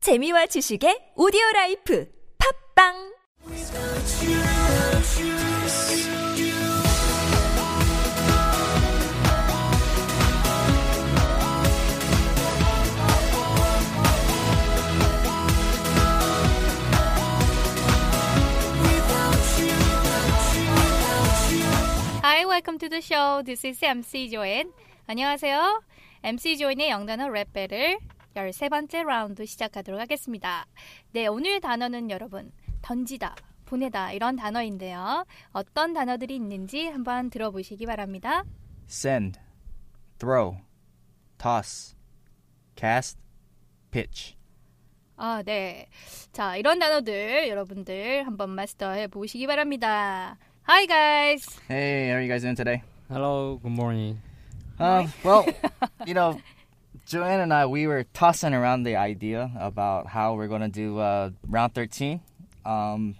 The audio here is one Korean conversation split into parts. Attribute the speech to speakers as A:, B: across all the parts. A: 재미와 지식의 오디오 라이프 팝빵
B: Hi, welcome to the show. This is MC Joanne. 안녕하세요. MC Joanne의 영단어 랩 배틀 13번째 라운드 시작하도록 하겠습니다. 네, 오늘 단어는 여러분, 던지다, 보내다 이런 단어인데요. 어떤 단어들이 있는지 한번 들어보시기 바랍니다.
C: send, throw, toss, cast, pitch.
B: 아, 네. 자, 이런 단어들 여러분들 한번 마스터해 보시기 바랍니다. Hi, guys.
C: Hey, how are you guys doing today?
D: Hello, good morning.
C: Um, well, you know, Joanne and I, we were tossing around the idea about how we're going to do uh, round 13. Um,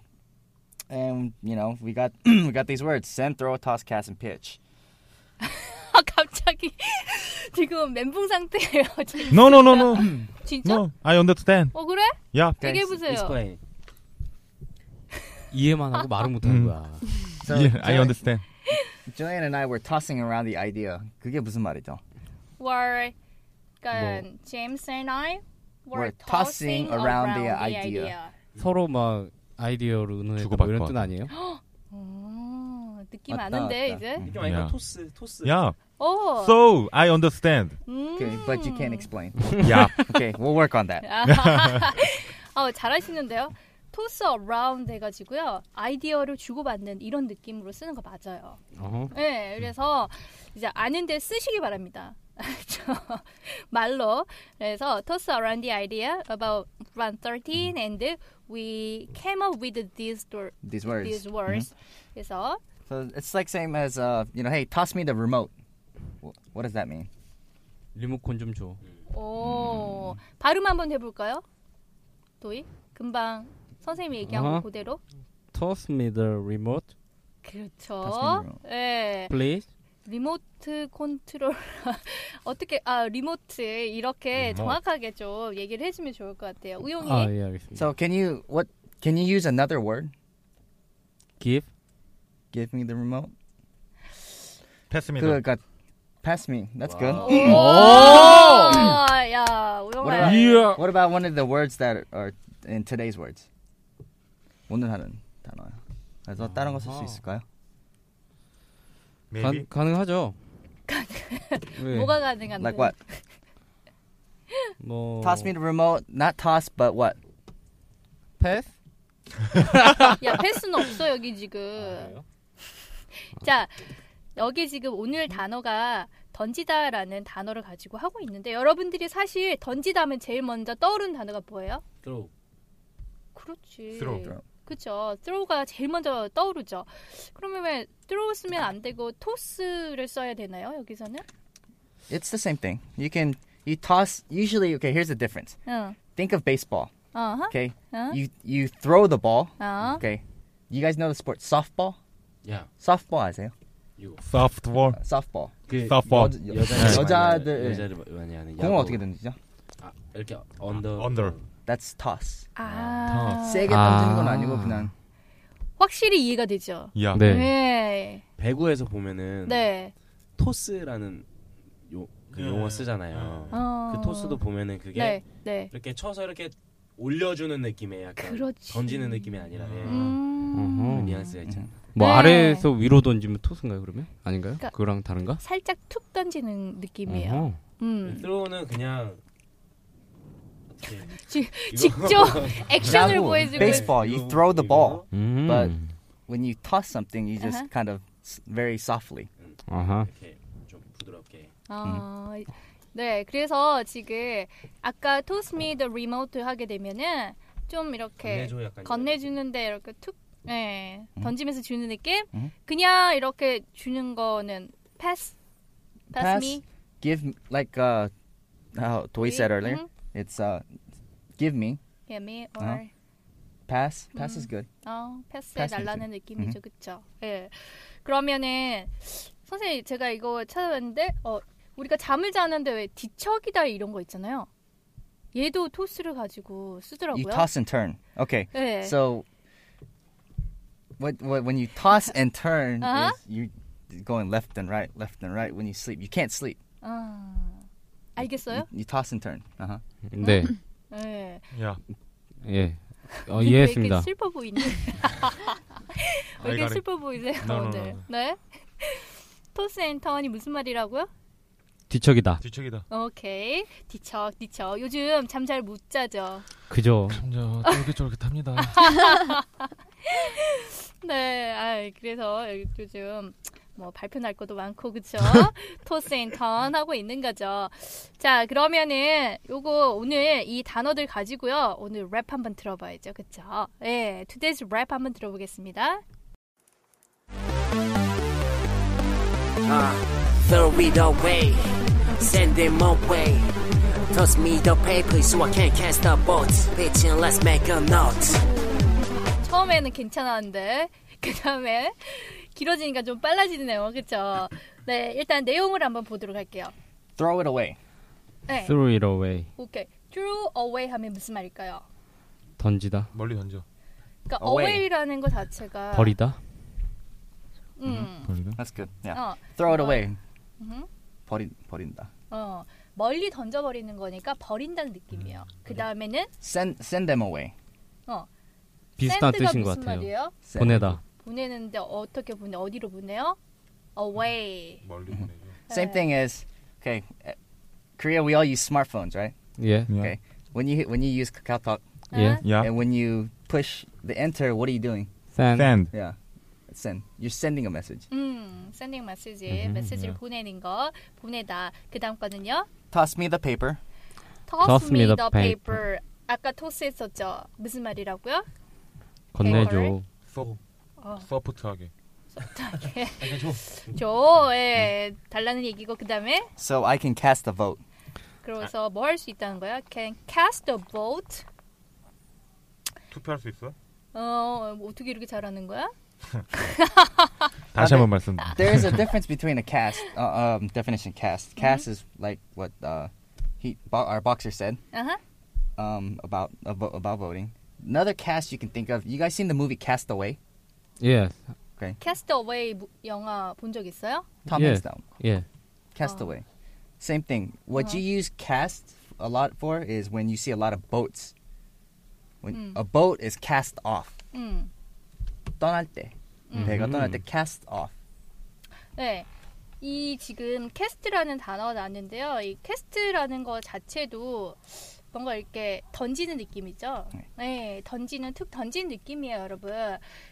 C: and, you know, we got we got these words send, throw, toss, cast, and pitch.
B: 아, 갑자기 지금 멘붕 상태예요. 진-
E: No, no, no, no.
B: 진짜?
E: no, I understand.
B: 어, 그래?
E: Yeah.
B: 얘기해 보세요.
D: Explain. 이해만 하고 말을 못 하는
E: 음.
D: 거야.
C: So,
E: yeah, I
C: Joanne-
E: understand.
C: Joanne and I were tossing around the idea. 그게 무슨 말이죠?
B: were 그러니까 James and I were,
C: Were tossing around the idea.
D: 서로 막 아이디어로 의논했고 뭐
F: 주고받고
D: 이런 뜻
F: 하다.
D: 아니에요?
C: 음,
B: 오, 느낌
C: 왔다,
B: 아는데
C: 왔다. 음.
B: 이제.
G: 느낌 아니까
E: 야.
G: 토스 토스
E: Yeah.
B: 오.
E: So I understand.
B: 음.
C: Okay, but you can't explain.
E: Yeah.
C: Okay, we'll work on that.
B: 어, 잘하시는데요. 토스 어라운드 해가지고요 아이디어를 주고받는 이런 느낌으로 쓰는 거 맞아요.
D: 어허.
B: 네, 그래서 이제 아는데 쓰시기 바랍니다. 저 말로 그래서 toss around the idea about run
C: 음.
B: 13 and we came up with these do-
C: These words.
B: these words. 그래서
C: So it's like same as uh, you know, hey, toss me the remote. Wh- What does that mean?
D: 리모컨 좀 줘.
B: 오 발음 한번 해볼까요? 도희 금방 선생님이 얘기한 거
D: 어허.
B: 그대로.
D: Toss me the remote,
C: Toss
B: 그렇죠.
C: me
B: 예. 네.
D: please.
B: 리모트 컨트롤 어떻게 아 리모트 이렇게
E: 리모트.
B: 정확하게 좀 얘기를 해주면 좋을 것 같아요. 우영이
D: 아, 예, 알겠습니다.
C: So can you what can you use another word?
D: Give.
C: Give me the remote.
E: Pass me
C: Good,
E: the.
C: got pass me. That's good.
B: 오! 야, 우영아.
C: What
D: Yeah.
C: What about one of the words that are in today's words? 오늘 하는 단어요. 그래서 다른 거 쓸 수
D: 아하.
C: 있을까요?
D: 가,
E: Maybe.
D: 가능하죠. 네.
B: 뭐가 가능한데?
C: Like what?
D: 뭐
C: Toss me the remote. Not toss, but what?
D: pass?
B: 야, 패스는 없어 여기
G: 아,
B: 지금. 자, 여기 지금 오늘 단어가 던지다라는 단어를 가지고 하고 있는데 여러분들이 사실 던지다면 제일 먼저 떠오르는 단어가 뭐예요?
D: Throw.
B: 그렇지.
E: Throw.
C: Throw.
B: 그렇죠. throw가 제일 먼저 떠오르죠. 그러면 왜 throw 쓰면 안 되고 toss를 써야 되나요? 여기서는?
C: It's the same thing. You can you toss. Usually, okay. Here's the difference.
B: 응.
C: Think of baseball.
B: 어허.
C: Okay.
B: Huh?
C: You you throw the ball.
B: 어.
C: Okay. You guys know the sport softball?
D: 야,
C: softball 아세요?
E: Software.
C: softball.
G: 그
E: Softball.
C: 여-
G: 여자들
C: 여자들-
G: 여자를 네. 많이 하는
C: 공은
G: 야구.
C: 어떻게 던지죠?
G: 아, 이렇게 언더
E: Under.
C: That's toss.
B: 아.
C: 세게
D: 아.
C: 던지는 건 아니고 그냥
B: 확실히 이해가 되죠.
E: Yeah.
D: 네.
B: 네.
G: 배구에서 보면은
B: 네.
G: 토스라는 요, 그
E: 네.
G: 용어 쓰잖아요.
B: 어.
G: 그 토스도 보면은 그게
B: 네. 네.
G: 이렇게 쳐서 이렇게 올려주는 느낌의 약간
B: 그렇지.
G: 던지는 느낌이 아니라 예.
B: 음.
G: 그
D: 어허.
G: 뉘앙스가 있잖아.
D: 뭐
B: 네.
D: 아래에서 위로 던지면 토스인가요, 그러면? 아닌가요?
B: 그러니까-
D: 그거랑 다른가?
B: 살짝 툭 던지는 느낌이에요.
D: 어허.
B: 음.
G: through는 그 그냥 어떻게
B: 지-
G: 이거-
B: 직접 액션을
C: 야구,
B: 보여주고
C: baseball. You throw the ball.
D: 음.
C: But- When you toss something, you just
B: Uh-huh.
C: kind of s- very softly.
D: 아하.
G: 이렇게 좀 부드럽게
B: 아, 네, 그래서 지금 아까 토스 미 더 리모트 하게 되면은 좀 이렇게
G: 건네줘 약간
B: 건네주는데 이렇게 툭 네, 던지면서 주는 느낌?
C: 음.
B: 그냥 이렇게 주는 거는 패스? 패스
C: Pass.
B: 미?
C: Give m- like uh how Toy said earlier. It's uh give me
B: 예, 미
C: 어.
B: 음. or
C: pass. Pass is
B: 음.
C: good.
B: 어, 패스해
C: 패스
B: 달라는
D: 음.
B: 느낌이죠. 그쵸? 예. 그러면은, 선생님, 제가 이거 찾아봤는데, 어, 우리가 잠을 자는데 왜 뒤척이다 이런 거 있잖아요. 얘도 토스를 가지고 쓰더라고요.
C: You toss and turn. Okay.
B: 네.
C: So what, what when you toss and turn,
B: Uh-huh.
C: is you're going left and right, left and right when you sleep. You can't sleep.
B: 아, 알겠어요?
C: You, you toss and turn. Uh-huh.
D: 네.
B: 네.
E: 야,
D: 예. 어,
B: 근데 왜
D: 이해했습니다.
B: 이렇게 슬퍼 보이니? 왜 이렇게
E: 아이가래.
B: 슬퍼 보이세요
E: No, no, no,
B: 오늘?
E: no.
B: 네? 토스 앤 턴이 무슨 말이라고요?
D: 뒤척이다.
E: 뒤척이다.
B: 오케이 뒤척 뒤척 요즘 잠 잘 못 자죠.
D: 그죠.
E: 점점 쫄깃쫄깃합니다.
B: 네, 아 그래서 요즘 뭐 발표 날 것도 많고 그쵸? 토스 앤 턴 하고 있는 거죠. 자 그러면은 요거 오늘 이 단어들 가지고요 오늘 랩 한번 들어봐야죠, 그쵸? 예, today's 랩 한번 들어보겠습니다.
F: Uh, throw it away, send them away. Toss me the paper so I can cast the vote. Bitch, and let's make a note.
B: 처음에는 괜찮았는데 그 다음에 길어지니까 좀 빨라지네요, 그쵸? 네, 일단 내용을 한번 보도록 할게요.
C: Throw it away.
B: 네,
D: Throw it away.
B: 오케이. Throw away 하면 무슨 말일까요?
D: 던지다.
E: 멀리 던져.
B: 그러니까
C: Away.
B: away라는 거 자체가
H: 아,
D: 버리다.
B: 음.
E: 멀리
C: That's good. Yeah.
B: 어,
C: Throw it
B: 어.
C: away.
B: Mhm.
C: 버린 버린다.
B: 어, 멀리 던져버리는 거니까 버린다는 느낌이에요. 그 다음에는
C: Send send them away.
D: 비슷한
B: 샌드가
D: 뜻인 것
B: 무슨
D: 같아요.
B: 말이에요?
C: Send.
D: 보내다.
B: 보내는데 어떻게 보내? 어디로 보내요? Away.
E: 멀리 보내줘.
C: Same thing as okay. uh, Korea, we all use smartphones, right?
D: 예.
H: 네.
E: 야,
C: Okay. When you when you use Kakao Talk
H: 아,
D: 예.
E: 야,
C: and when you push the enter, what are you doing?
D: Send.
E: stand.
C: Yeah, send. You're sending a message.
B: 음, sending message,
D: 음,
B: 메시지를
E: 네.
B: 보내는 거, 보내다. 그 다음 거는요?
C: Toss me the paper.
B: Toss,
D: Toss
B: me
D: me
B: the
D: the
B: paper. 아까 toss 했었죠. 무슨 말이라고요?
D: 건네줘.
E: 소,
B: 어.
E: 소프트하게.
B: 줘, 예,
D: 음.
B: 달라는 얘기고 그 다음에
C: So I can cast a vote.
B: 그래서 뭐 할 수 있다는 거야? Can cast a vote.
E: 투표할 수 있어?
B: 어, 뭐 어떻게 이렇게 잘하는 거야?
E: 다시 한번 말씀.
B: Ah.
C: There is a difference between a cast uh, um, definition. Cast. Cast
B: Mm-hmm.
C: is like what uh, he bo- our boxer said
B: 아하.
C: um, about about about voting. Another cast you can think of. You guys seen the movie Castaway?
D: 예.
B: Cast Away 무- 영화 본 적 있어요?
C: Tom
D: Yeah.
C: Hanks film.
D: 예.
C: Castaway. Same thing. What you use cast a lot for is when you see a lot of boats. When a boat is cast off.
B: 음.
C: 떠날 때. 배가 떠날 때 cast off.
B: 네. 이 지금 캐스트라는 단어가 나왔는데요. 이 캐스트라는 거 자체도 뭔가 이렇게 던지는 느낌이죠. 네, 던지는 툭 던지는 느낌이에요, 여러분.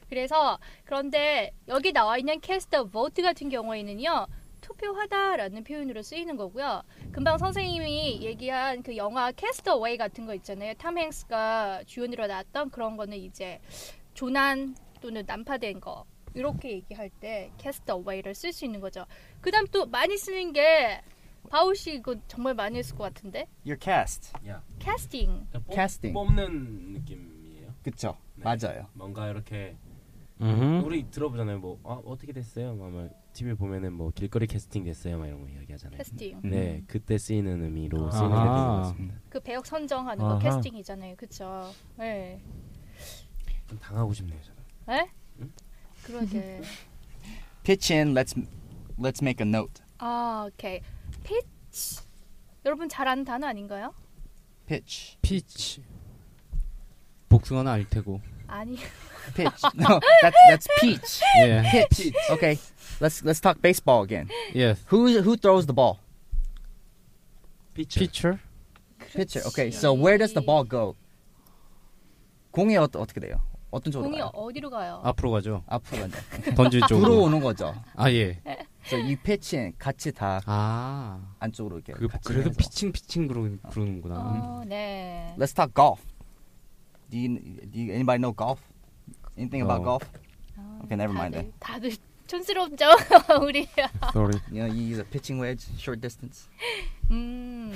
B: 그래서 그런데 여기 나와 있는 캐스트 vote 같은 경우에는요. 투표하다라는 표현으로 쓰이는 거고요. 금방 선생님이 얘기한 그 영화 캐스트 어웨이 같은 거 있잖아요. 탐 행스가 주연으로 나왔던 그런 거는 이제 조난 또는 난파된 거 이렇게 얘기할 때 캐스트 어웨이를 쓸 수 있는 거죠. 그다음 또 많이 쓰는 게 바우 씨 이거 정말 많이 했을 것 같은데
C: You're cast.
G: 야,
B: 캐스팅.
G: 그러니까 뽑,
C: Casting.
G: 뽑는 느낌이에요.
C: 그쵸?
G: 네.
C: 맞아요.
G: 뭔가 이렇게
D: 음.
G: 우리 들어보잖아요. 뭐 아, 어떻게 됐어요? 막, 막 TV 보면은 뭐 길거리 캐스팅 됐어요. 막 이런 거 이야기하잖아요.
B: 캐스팅.
G: 네, 그때 쓰이는 의미로 쓰이는 게
D: 아하.
G: 되는 것 같습니다.
B: 그 배역 선정하는 거
E: 아하.
B: 캐스팅이잖아요. 그쵸 예.
G: 좀 당하고 싶네요, 저는.
B: 예? 그러게.
C: Pitch in. Let's let's make a note.
B: 아, 오케이. 피치. 여러분 잘 아는 단어 아닌가요?
C: Pitch.
D: 피치. 복숭아는 알 테고.
B: 아니.
C: Pitch. no, that's that's peach.
D: 예.
C: Pitch. Okay. Let's let's talk baseball again.
D: 예.
C: Who who throws the ball?
G: 피처.
D: 피처.
C: Pitcher. Okay. So where does the ball go? 공이 어, 어떻게 돼요? 어떤 쪽으로
B: 공이
C: 가요? 아,
B: 어디로 가요?
D: 앞으로 가죠.
C: 앞으로 가죠.
D: 던질 쪽으로.
C: 들어오는 거죠.
D: 아 예.
C: 그래서 이 패치는 같이 다
D: 아.
C: 안쪽으로 이렇게
D: 그
C: 같이
D: 그래서
C: 해서.
D: 피칭 피칭 그러,
H: 아.
D: 그러는구나.
B: 어, 네.
C: Let's talk golf. Do you, do you anybody know golf? Anything about
D: No.
C: golf? Okay, never mind then.
B: 다들, 다들 촌스럽죠, 우리.
E: Sorry.
C: You know, you use a pitching wedge, short distance.
B: 음.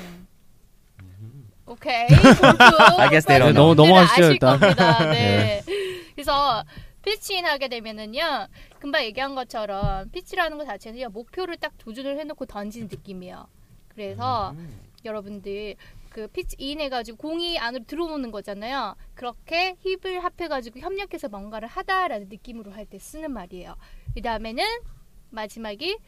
B: 오케이. 골프.
C: I guess they don't
D: 네,
C: know.
D: 넘- 넘어가시죠,
B: 아실
D: 일단.
B: 겁니다. 네. 그래서 피치인 하게 되면은요, 금방 얘기한 것처럼 피치라는 것
C: 음.
B: 자체는요 목표를 딱 조준을 해놓고 던지는 느낌이에요. 그래서 여러분들 그 피치 인 해가지고 공이 안으로 들어오는 거잖아요. 그렇게 힙을 합해가지고 협력해서 뭔가를 하다라는 느낌으로 할 때 쓰는 말이에요. 그 다음에는 마지막이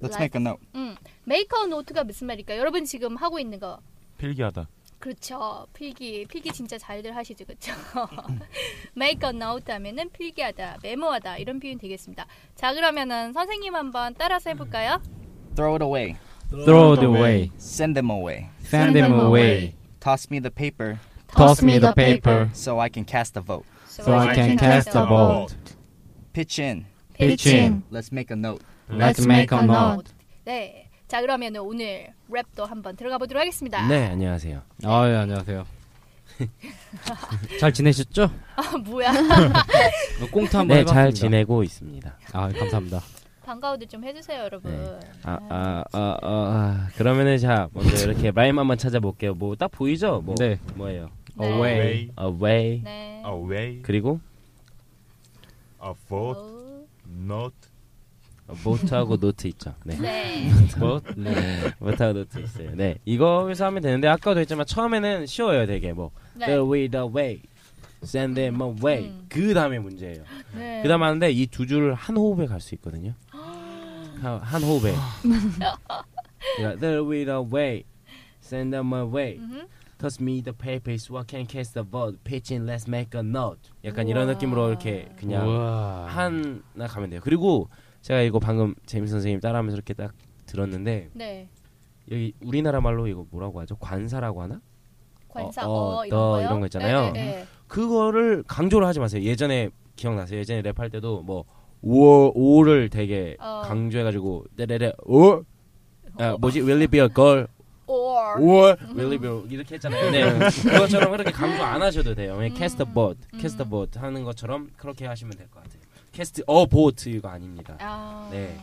C: Let's
B: 라이-
C: make a note.
B: 음, make a note가 무슨 말일까? 요 여러분 지금 하고 있는 거
E: 필기하다.
B: 그렇죠. 필기 필기 진짜 잘들 하시죠, 그렇죠? make a note 하면은 필기하다, 메모하다 이런 표현 되겠습니다. 자 그러면은 선생님 한번 따라서 해볼까요?
C: Throw it away.
H: Throw it away.
C: Send them away.
H: Send them away.
C: Toss me the paper
H: Toss me the paper
C: so I can cast a vote.
H: so I can cast a vote.
C: Pitch in.
H: Pitch in.
C: Let's make a note.
H: Let's make a note.
B: 네. 자 그러면은 오늘 랩도 한번 들어가 보도록 하겠습니다.
G: 네, 안녕하세요.
D: 아, 예, 안녕하세요. 잘 지내셨죠?
B: 아 뭐야?
D: 어, 꽁트 한번
G: 네,
D: 해봤습니다.
G: 잘 지내고 있습니다.
D: 아, 감사합니다.
B: 반가워들 좀 해주세요, 여러분.
G: 아, 아, 아, 아, 아. 그러면은 자, 먼저 이렇게 라임 한번 찾아볼게요. 뭐 딱 보이죠? 뭐
D: 네.
G: 뭐예요?
B: 네.
D: Away.
G: away
B: 네.
E: Oh, Away.
G: 그리고
E: A vote.
B: 어,
E: Not.
G: vote하고 note 있죠. 네.
B: 네.
D: 뭐? 네.
G: vote하고 note 있어요. 네. 이거에서 하면 되는데 아까도 했지만 처음에는 쉬워요, 되게 뭐
B: 네.
G: the way the way send them away
B: 음.
G: 그 다음에 문제예요.
B: 네.
G: 그 다음 하는데 이 두 줄을 한 호흡에 갈 수 있거든요.
B: 아.
G: 한, 한 호흡에. 그러니까, There we the way, send them away.
B: 음흠.
G: Toss me the papers, what can cast the vote, pitching, let's make a note. 약간 이런 느낌으로 이렇게 그냥
D: 우와.
G: 하나 가면 돼요. 그리고 제가 이거 방금 재미 선생님 따라하면서 이렇게 딱 들었는데
B: 네.
G: 여기 우리나라 말로 이거 뭐라고 하죠? 관사라고 하나?
B: 관사
G: 어,
B: 어,
G: 어,
B: 이런
G: 더
B: 거요.
G: 이런 거 있잖아요.
B: 네, 네,
G: 그거를 강조를 하지 마세요. 예전에 기억나세요? 예전에 랩할 때도 뭐 오, 오를 되게
B: 어.
G: 강조해가지고 레레레 오, 아, 뭐지? Will it be a girl?
B: 네. Or
G: Or will it be a- 이렇게 했잖아요. 네. 그것처럼 그렇게 강조 안 하셔도 돼요. 그냥 cast a boat, cast a boat 하는 것처럼 그렇게 하시면 될 것 같아요. cast a boat 이거 아닙니다.
B: 아.
G: 네.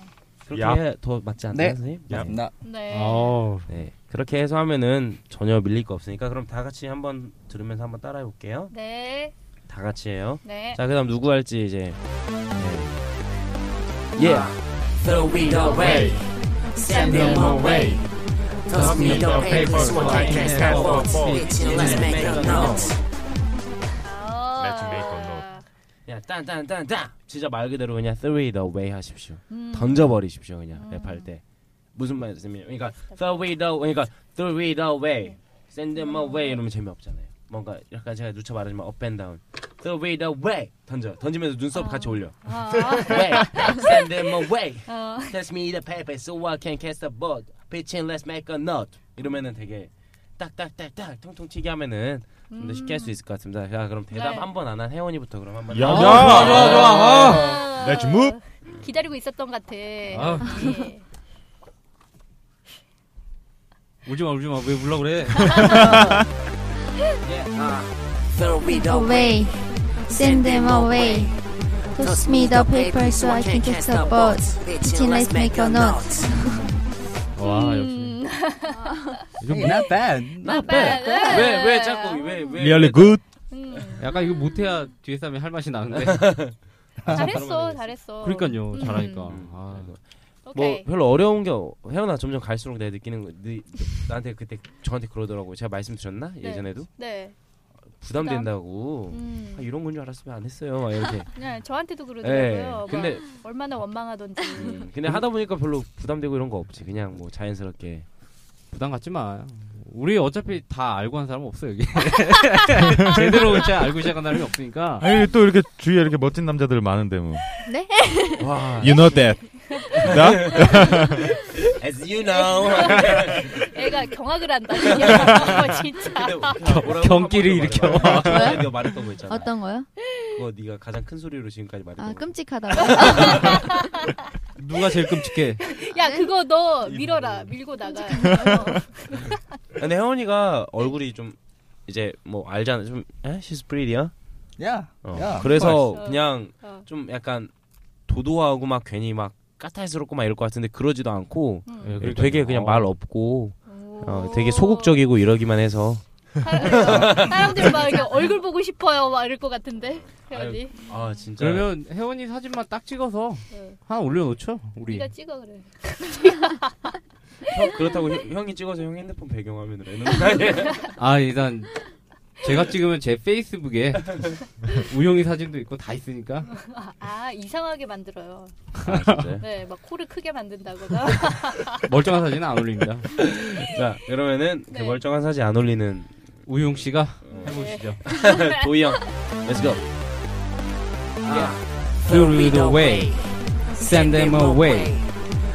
G: 그렇게
E: 얍.
G: 해야 더 맞지 않나요,
C: 네.
G: 선생님?
E: 얍.
G: 네.
C: No.
B: 네.
D: 아우.
G: 네. 그렇게 해서 하면은 전혀 밀릴 거 없으니까 그럼 다 같이 한번 들으면서 한번 따라해 볼게요.
B: 네.
G: 다 같이 해요.
B: 네.
G: 자 그다음 누구 할지 이제 네. 예.
I: 아,
F: Yeah.
I: Throw it away. Send them away.
F: Toss me the paper so I can cast a vote. Bitch, let's make a note.
B: 아.
E: 매치메이커 노트.
G: 그냥 딴딴딴딴 진짜 말 그대로 그냥 throw it away 하십시오 던져버리십시오 그냥 랩할 때 무슨 말씀이에요 그러니까 throw it away 그러니까 throw it away send them away 이러면 재미없잖아요 뭔가 약간 제가 누차 말하지만 up and down throw it away 던져 던지면서 눈썹 같이 올려 away send them away
B: 어.
G: Test me the paper so I can cast a boat. Pitching, let's make a note. 이러면은 되게 딱딱딱딱 통통 튀게 하면은 좀 더 쉽게 할 수 있을 것 같습니다. 자, 그럼 대답
B: 네.
G: 한 번 안 한 혜원이부터 그럼 한번.
E: 야,
G: 아,
E: 야. 어.
B: 아.
E: Let's move.
B: 기다리고 있었던 것 같아.
D: 아.
B: 예.
D: 울지 마, 울지 마. 왜 울라 그래?
F: Throw it away.
J: away. Send them away. Toss me the paper so I can cast a vote.
F: Bitch, let's make a note.
D: 와, 역시. 이거
C: Hey,
D: 뭐-
C: not bad.
B: Not bad. 네.
G: 왜, 왜 자꾸 왜, 왜.
E: Really good.
B: 음.
D: 약간 이거 못해야 뒤에 사람이 할 맛이 나는데.
B: 잘했어, 잘했어.
D: 그러니까요,
B: 음.
D: 잘하니까.
G: 음.
D: 아,
G: 뭐
B: 오케이.
G: 별로 어려운 게 어- 혜원아 점점 갈수록 내가 느끼는 거 네, 나한테 그때 저한테 그러더라고요. 제가 말씀드렸나 예전에도
B: 네.
G: 부담된다고.
B: 음.
G: 아, 이런 건 줄 알았으면 안 했어요. 막 이렇게.
B: 네, 저한테도 그러더라고요.
G: 예.
B: 막
G: 근데
B: 얼마나 원망하던지.
G: 음, 근데 하다 보니까 별로 부담되고 이런 거 없지. 그냥 뭐 자연스럽게.
D: 부담 갖지 마. 우리 어차피 다 알고 한 사람 없어, 여기. 제대로 진짜 알고 시작한 사람이 없으니까.
E: 아니 또 이렇게 주위에 이렇게 멋진 남자들 많은데 뭐.
J: 네?
G: 와.
E: You know that.
G: As you know.
B: 애가 경악을 한다. 그냥. 어, 진짜.
D: 경기를 일으켜.
G: 네가 말했던 거 있잖아.
J: 아, 어떤 거요?
G: 그거 네가 가장 큰 소리로 지금까지 말했던
J: 아,
G: 거.
J: 끔찍하다고.
D: 누가 제일 끔찍해?
B: 야, 그거 너 밀어라. 밀고 나가. 어.
G: 근데 혜원이가 얼굴이 좀 이제 뭐 알잖아. 좀 에? she's pretty야.
C: Yeah.
G: 어.
C: yeah. of
G: 그래서
B: course.
G: 그냥
B: 어.
G: 좀 약간 도도하고 막 괜히 막 까탈스럽고 막 이럴 것 같은데 그러지도 않고
J: 음.
G: 예, 되게 그냥 말 없고 어, 되게 소극적이고 이러기만 해서
B: 어. 사람들 막 이렇게 얼굴 보고 싶어요 막 이럴 것 같은데 혜원이
G: 아 진짜
D: 그러면 혜원이 사진만 딱 찍어서
B: 응.
D: 하나 올려놓죠, 우리.
B: 네가 찍어 그래
G: 형, 그렇다고 형, 형이 찍어서 형 핸드폰 배경화면으로 해놓는 거 아니에요?
D: 아 일단 제가 찍으면 제 페이스북에 우영이 사진도 있고 다 있으니까
B: 아 이상하게 만들어요.
D: 아, 진짜요?
B: 네, 막 코를 크게 만든다거나.
D: 멀쩡한 사진은 안 올립니다.
G: 자, 그러면은 그
B: 네.
G: 멀쩡한 사진 안 올리는
D: 우용 씨가 해보시죠.
G: 도희 형, let's go.
H: Through the way, send them away.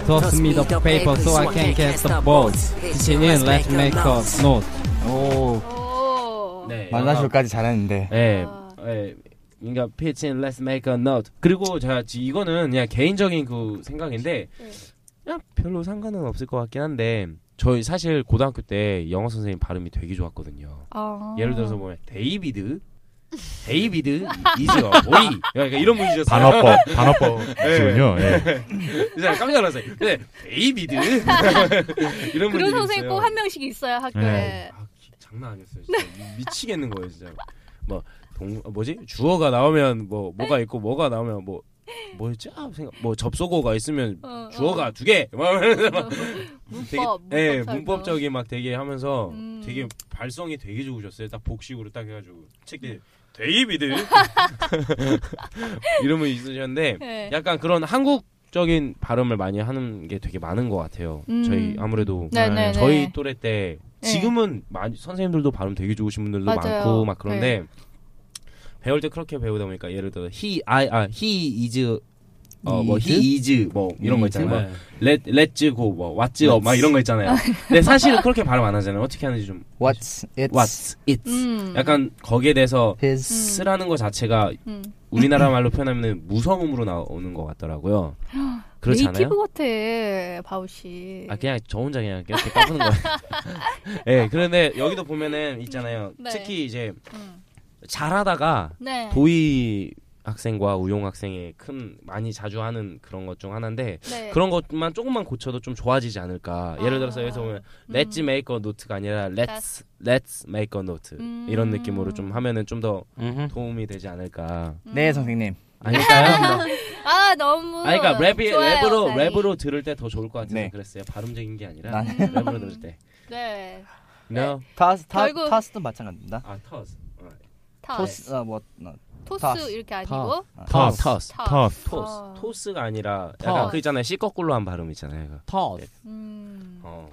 H: Toss me the paper so I can catch the boat. Pitching in, let's make a note.
C: 오
G: 네,
C: 만나쇼까지 잘했는데.
G: 예,
B: 아.
G: 예. 그러니까 pitch in, let's make a note. 그리고 제가 지- 이거는 그냥 개인적인 그 생각인데
B: 네.
G: 그냥 별로 상관은 없을 것 같긴 한데 저희 사실 고등학교 때 영어 선생님 발음이 되게 좋았거든요.
B: 아.
G: 예를 들어서 뭐 보면 데이비드, 데이비드 이즈어 오이 그러니까 이런 분이셨어요.
E: 반어법, 반어법
G: 예.
E: 이시군요. 예.
G: 그래서 깜짝 놀랐어요. 근데 데이비드 이런 분이
B: 그런 선생님
G: 있어요.
B: 꼭 한 명씩 있어요 학교에.
E: 네.
G: 아, 기- 장난 아니었어요. 진짜 미- 미치겠는 거예요, 진짜. 뭐 동, 어, 뭐지? 주어가 나오면 뭐 뭐가 있고 뭐가 나오면 뭐 뭐였지? 아, 생각 뭐 접속어가 있으면
B: 어,
G: 주어가 두 개. 막 이러면서 막 되게
B: 문법.
G: 예,
B: 문법적으로.
G: 문법적인 막 되게 하면서
B: 음.
G: 되게 발성이 되게 좋으셨어요. 딱 복식으로 딱 해가지고
B: 네.
G: 책들 데이비드 이름을 있으셨는데
B: 네.
G: 약간 그런 한국적인 발음을 많이 하는 게 되게 많은 것 같아요.
B: 음.
G: 저희 아무래도
B: 네, 네, 네.
G: 저희 또래 때
B: 네.
G: 지금은 많이, 선생님들도 발음 되게 좋으신 분들도
B: 맞아요. 네.
G: 많고 막 그런데 배울 때 그렇게 배우다 보니까 예를 들어 he I 아 he is 어뭐 he is 뭐 이런 거 있잖아요. 막 let let's go 뭐 what's up 막 이런 거 있잖아요. 근데 사실은 그렇게 발음 안 하잖아요. 어떻게 하는지 좀
C: What's it's
G: what's it
B: 음.
G: 약간 거기에 대해서
C: his
G: 쓰라는 거 자체가
B: 음.
G: 우리나라 말로 표현하면 무서움으로 나오는 것 같더라고요. 그렇지 않아요?
B: 네이티브 같아 바우 씨.
G: 아 그냥 저 혼자 그냥 이렇게 까부는 거예요. 예, 그런데 여기도 보면은 있잖아요.
B: 네.
G: 특히 이제
B: 음.
G: 잘하다가
B: 네.
G: 도희 학생과 우용 학생의 큰 많이 자주 하는 그런 것 중 하나인데
B: 네.
G: 그런 것만 조금만 고쳐도 좀 좋아지지 않을까. 예를 들어서 여기서 보면
B: 음.
G: let's make a note가 아니라 let's let's make a note
B: 그러니까 음.
G: 이런 느낌으로 좀 하면은 좀 더 도움이 되지 않을까.
C: 네 선생님.
G: 아닐까요?
B: 아 너무.
G: 아, 그러니까 랩이
B: 좋아요, 네.
G: 랩으로
B: 나이.
G: 랩으로 들을 때 더 좋을 것 같아서
C: 네.
G: 그랬어요. 발음적인 게 아니라
C: 난-
G: 랩으로 들을 때.
B: 네.
G: No.
C: 타스 타
B: 결국-
C: 타스도 마찬가지입니다.
G: 아 토스.
C: 아,
B: 타, 토스,
C: 토스 어뭐 어,
G: 네.
B: 토스
C: 토스.
B: 이렇게 아니고
E: 토스.
G: 토스.
B: 타.
E: 터스.
B: 아.
G: 토스. 토스가 아니라
D: 토스.
G: 약간 그 있잖아요. 씨거꾸로 한 발음 있잖아요. 이거.
D: 터스.
B: 음.
G: 어.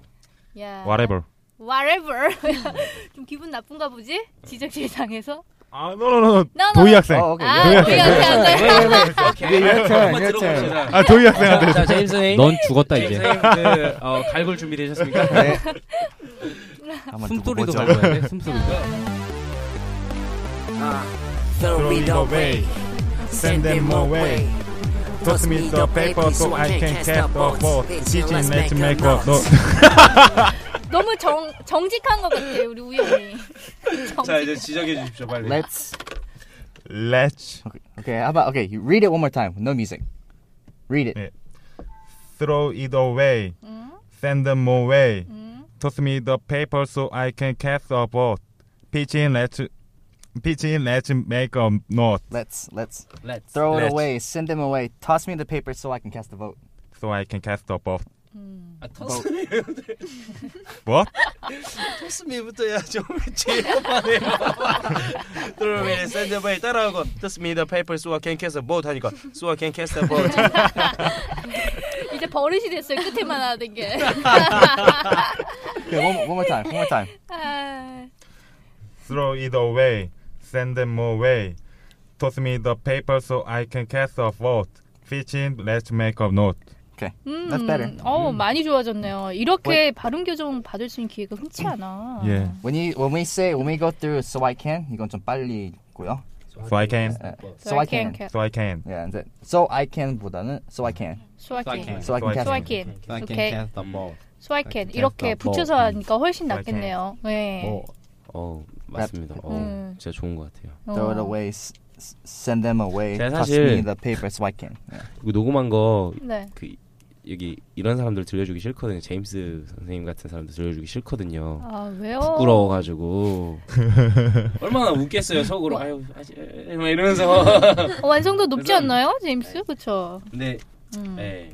B: 야.
E: Whatever.
B: whatever. 좀 기분 나쁜가 보지? 지적질 당해서.
E: 아, 노노노.
B: No, no.
E: 도희 학생.
C: 어 오케이. 네,
B: 아,
C: 예.
B: 우리 어떻게 안 돼?
G: 오케이.
C: 예, 예,
G: 한번
C: 예,
G: 들어봅시다.
E: 아, 도희 학생한테.
G: 자, 제임스 님.
D: 넌 죽었다
G: 제임스
D: 이제.
G: 님, 그 어, 갈굴 준비되셨습니까?
C: 네. 한번 두고
D: 숨소리도
C: 보죠.
D: 나와야 돼. 숨소리도.
I: Throw it away, send them away.
E: Toss me the paper so I can catch the boat. Teaching let's make a note.
B: 너무 정 정직한 것 같아 우리 우영이.
G: 자, 이제 지적해 주십시오, 빨리.
C: Let's
E: Let's
C: okay. okay. How about okay? You read it one more time. No music. Read it.
E: 네. throw it away. Send them away. Toss me the paper so I can catch the boat. Pitching let's pitching let's make a note
C: Let's let's
G: Let's.
C: throw it
E: Let's.
C: away. Send them away. Toss me the paper so I can cast a vote.
E: so I can catch the boat.
G: 아, 토스.
E: What?
G: 토스미부터 해야죠. 제일 빠네요. Throw it, send them away. 따라하고 Toss me the paper so I can catch the boat 하니까 So I can catch the boat.
B: 이제 버릇이 됐어요 끝에만 하는 게.
C: Okay. One, one more time. One more time.
B: 아,
E: Throw it away. Send them away. Toss me the paper so I can catch the boat. Pitching let's make a note.
C: Okay.
B: 음,
C: That's better.
B: 어 많이 좋아졌네요. 이렇게 발음 교정 받을 수 있는 기회가 흔치 않아. 예.
E: Yeah.
C: When you when we say when we go through so I can 이건 좀 빨리 있고요.
E: So I can.
C: 예.
G: 아,
B: So, I can, can.
E: So I can.
C: Yeah, and that, so I can 보다는 so I can.
B: So I
D: So I
B: can.
D: can.
C: So I
B: So
C: can catch.
B: I
C: it.
B: can.
D: I can
B: Okay.
D: catch the ball.
B: So I can. 이렇게
D: can.
B: 붙여서
D: 뭐.
B: 하니까 훨씬
E: So I can.
B: 낫겠네요. 네.
G: 어, 어 맞습니다. 어,
B: 음.
G: 진짜 좋은 것 같아요.
C: Throw it
B: 어.
C: away. s- s- Send them away.
G: 제가
C: Toss
G: 사실-
C: me the paper so I can. Yeah.
G: 그리고 녹음한 거
B: 네.
G: 그, 여기 이런 사람들 들려주기 싫거든요. 제임스 선생님 같은 사람들 들려주기 싫거든요.
B: 아 왜요?
G: 부끄러워가지고 어. 얼마나 웃겠어요 속으로 아유 아직 에, 막 이러면서
B: 어, 완성도 높지
G: 그래서-
B: 않나요, 제임스? 그쵸
G: 근데
B: 음.
G: 예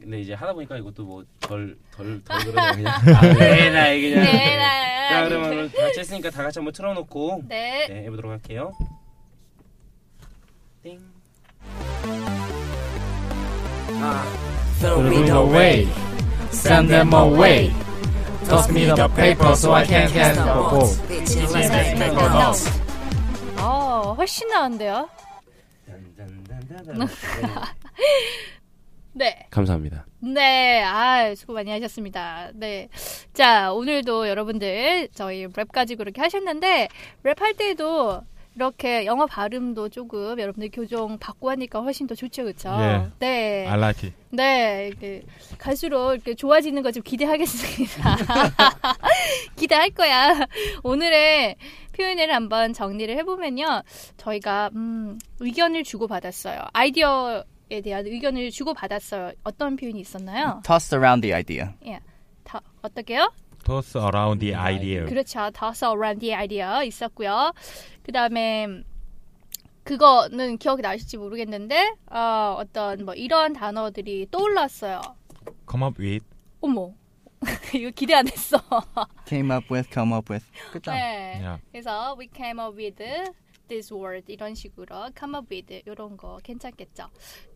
G: 근데 이제 하다 보니까 이것도 뭐 뭐덜덜덜 그러고 그냥 아, 네 나이 그냥
B: 네, 나이.
G: 자 그러면 다 같이 했으니까 다 같이 한번 틀어놓고
B: 네.
G: 네 해보도록 할게요 띵
I: Throw it away. Send them away. Toss me the paper so I can catch the ball.
F: Bitches, let's make a noise.
B: 어, 훨씬 나은데요? 네.
G: 감사합니다
B: 네, 아, 수고 많이 하셨습니다. 네. 자, 오늘도 여러분들 저희 랩 가지고 이렇게 하셨는데, 랩할 때도 이렇게 영어 발음도 조금 여러분들 교정 받고 하니까 훨씬 더 좋죠, 그쵸?
E: 예.
B: 네.
E: I like it.
B: 네, 이렇게 갈수록 이렇게 좋아지는 거 좀 기대하겠습니다. 기대할 거야. 오늘의 표현을 한번 정리를 해보면요. 저희가, 음, 의견을 주고받았어요. 아이디어에 대한 의견을 주고받았어요. 어떤 표현이 있었나요?
C: Tossed around the idea.
B: 예. 다, 어떻게요?
E: Toss around the idea.
B: 그렇죠. Toss around the idea 있었고요. 그 다음에 그거는 기억이 나실지 모르겠는데 어, 어떤 뭐 이런 단어들이 떠올랐어요.
E: Come up with.
B: 어머, 이거 기대 안 했어.
C: Came up with, come up with. Good job.
B: 네.
E: Yeah.
B: 그래서 we came up with this word 이런 식으로 come up with 이런 거 괜찮겠죠.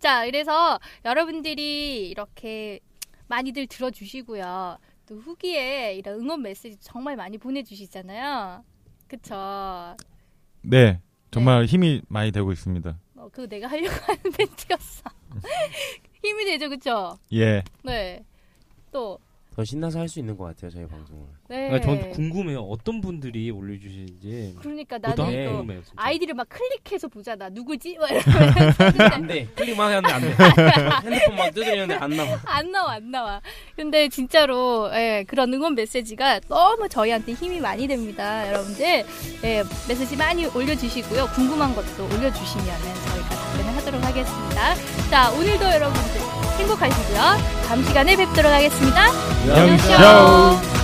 B: 자, 그래서 여러분들이 이렇게 많이들 들어주시고요. 또 후기에 이런 응원 메시지 정말 많이 보내주시잖아요. 그쵸?
E: 네. 정말 힘이 많이 되고 있습니다.
B: 어, 그거 내가 하려고 하는 멘트였어. 힘이 되죠, 그쵸?
E: 예.
B: 네. 또,
G: 더 신나서 할 수 있는 것 같아요 저희 방송을
B: 네.
D: 아, 전 궁금해요. 어떤 분들이 올려주시는지.
B: 그러니까
D: 그것도
B: 나는
D: 한번
B: 이거
G: 이거
D: 네. 궁금해요. 진짜.
B: 아이디를 막 클릭해서 보잖아. 누구지? 막 이러면서
G: 안돼 클릭만 했는데 안돼 핸드폰 막 두드리는데 뭐, 안 나와
B: 안 나와, 안 나와. 근데 진짜로 예, 그런 응원 메시지가 너무 저희한테 힘이 많이 됩니다. 여러분들 예, 메시지 많이 올려주시고요. 궁금한 것도 올려주시면 저희가 답변을 하도록 하겠습니다. 자, 오늘도 여러분들 행복하시고요. 다음 시간에 뵙도록 하겠습니다. 안녕히 계세요.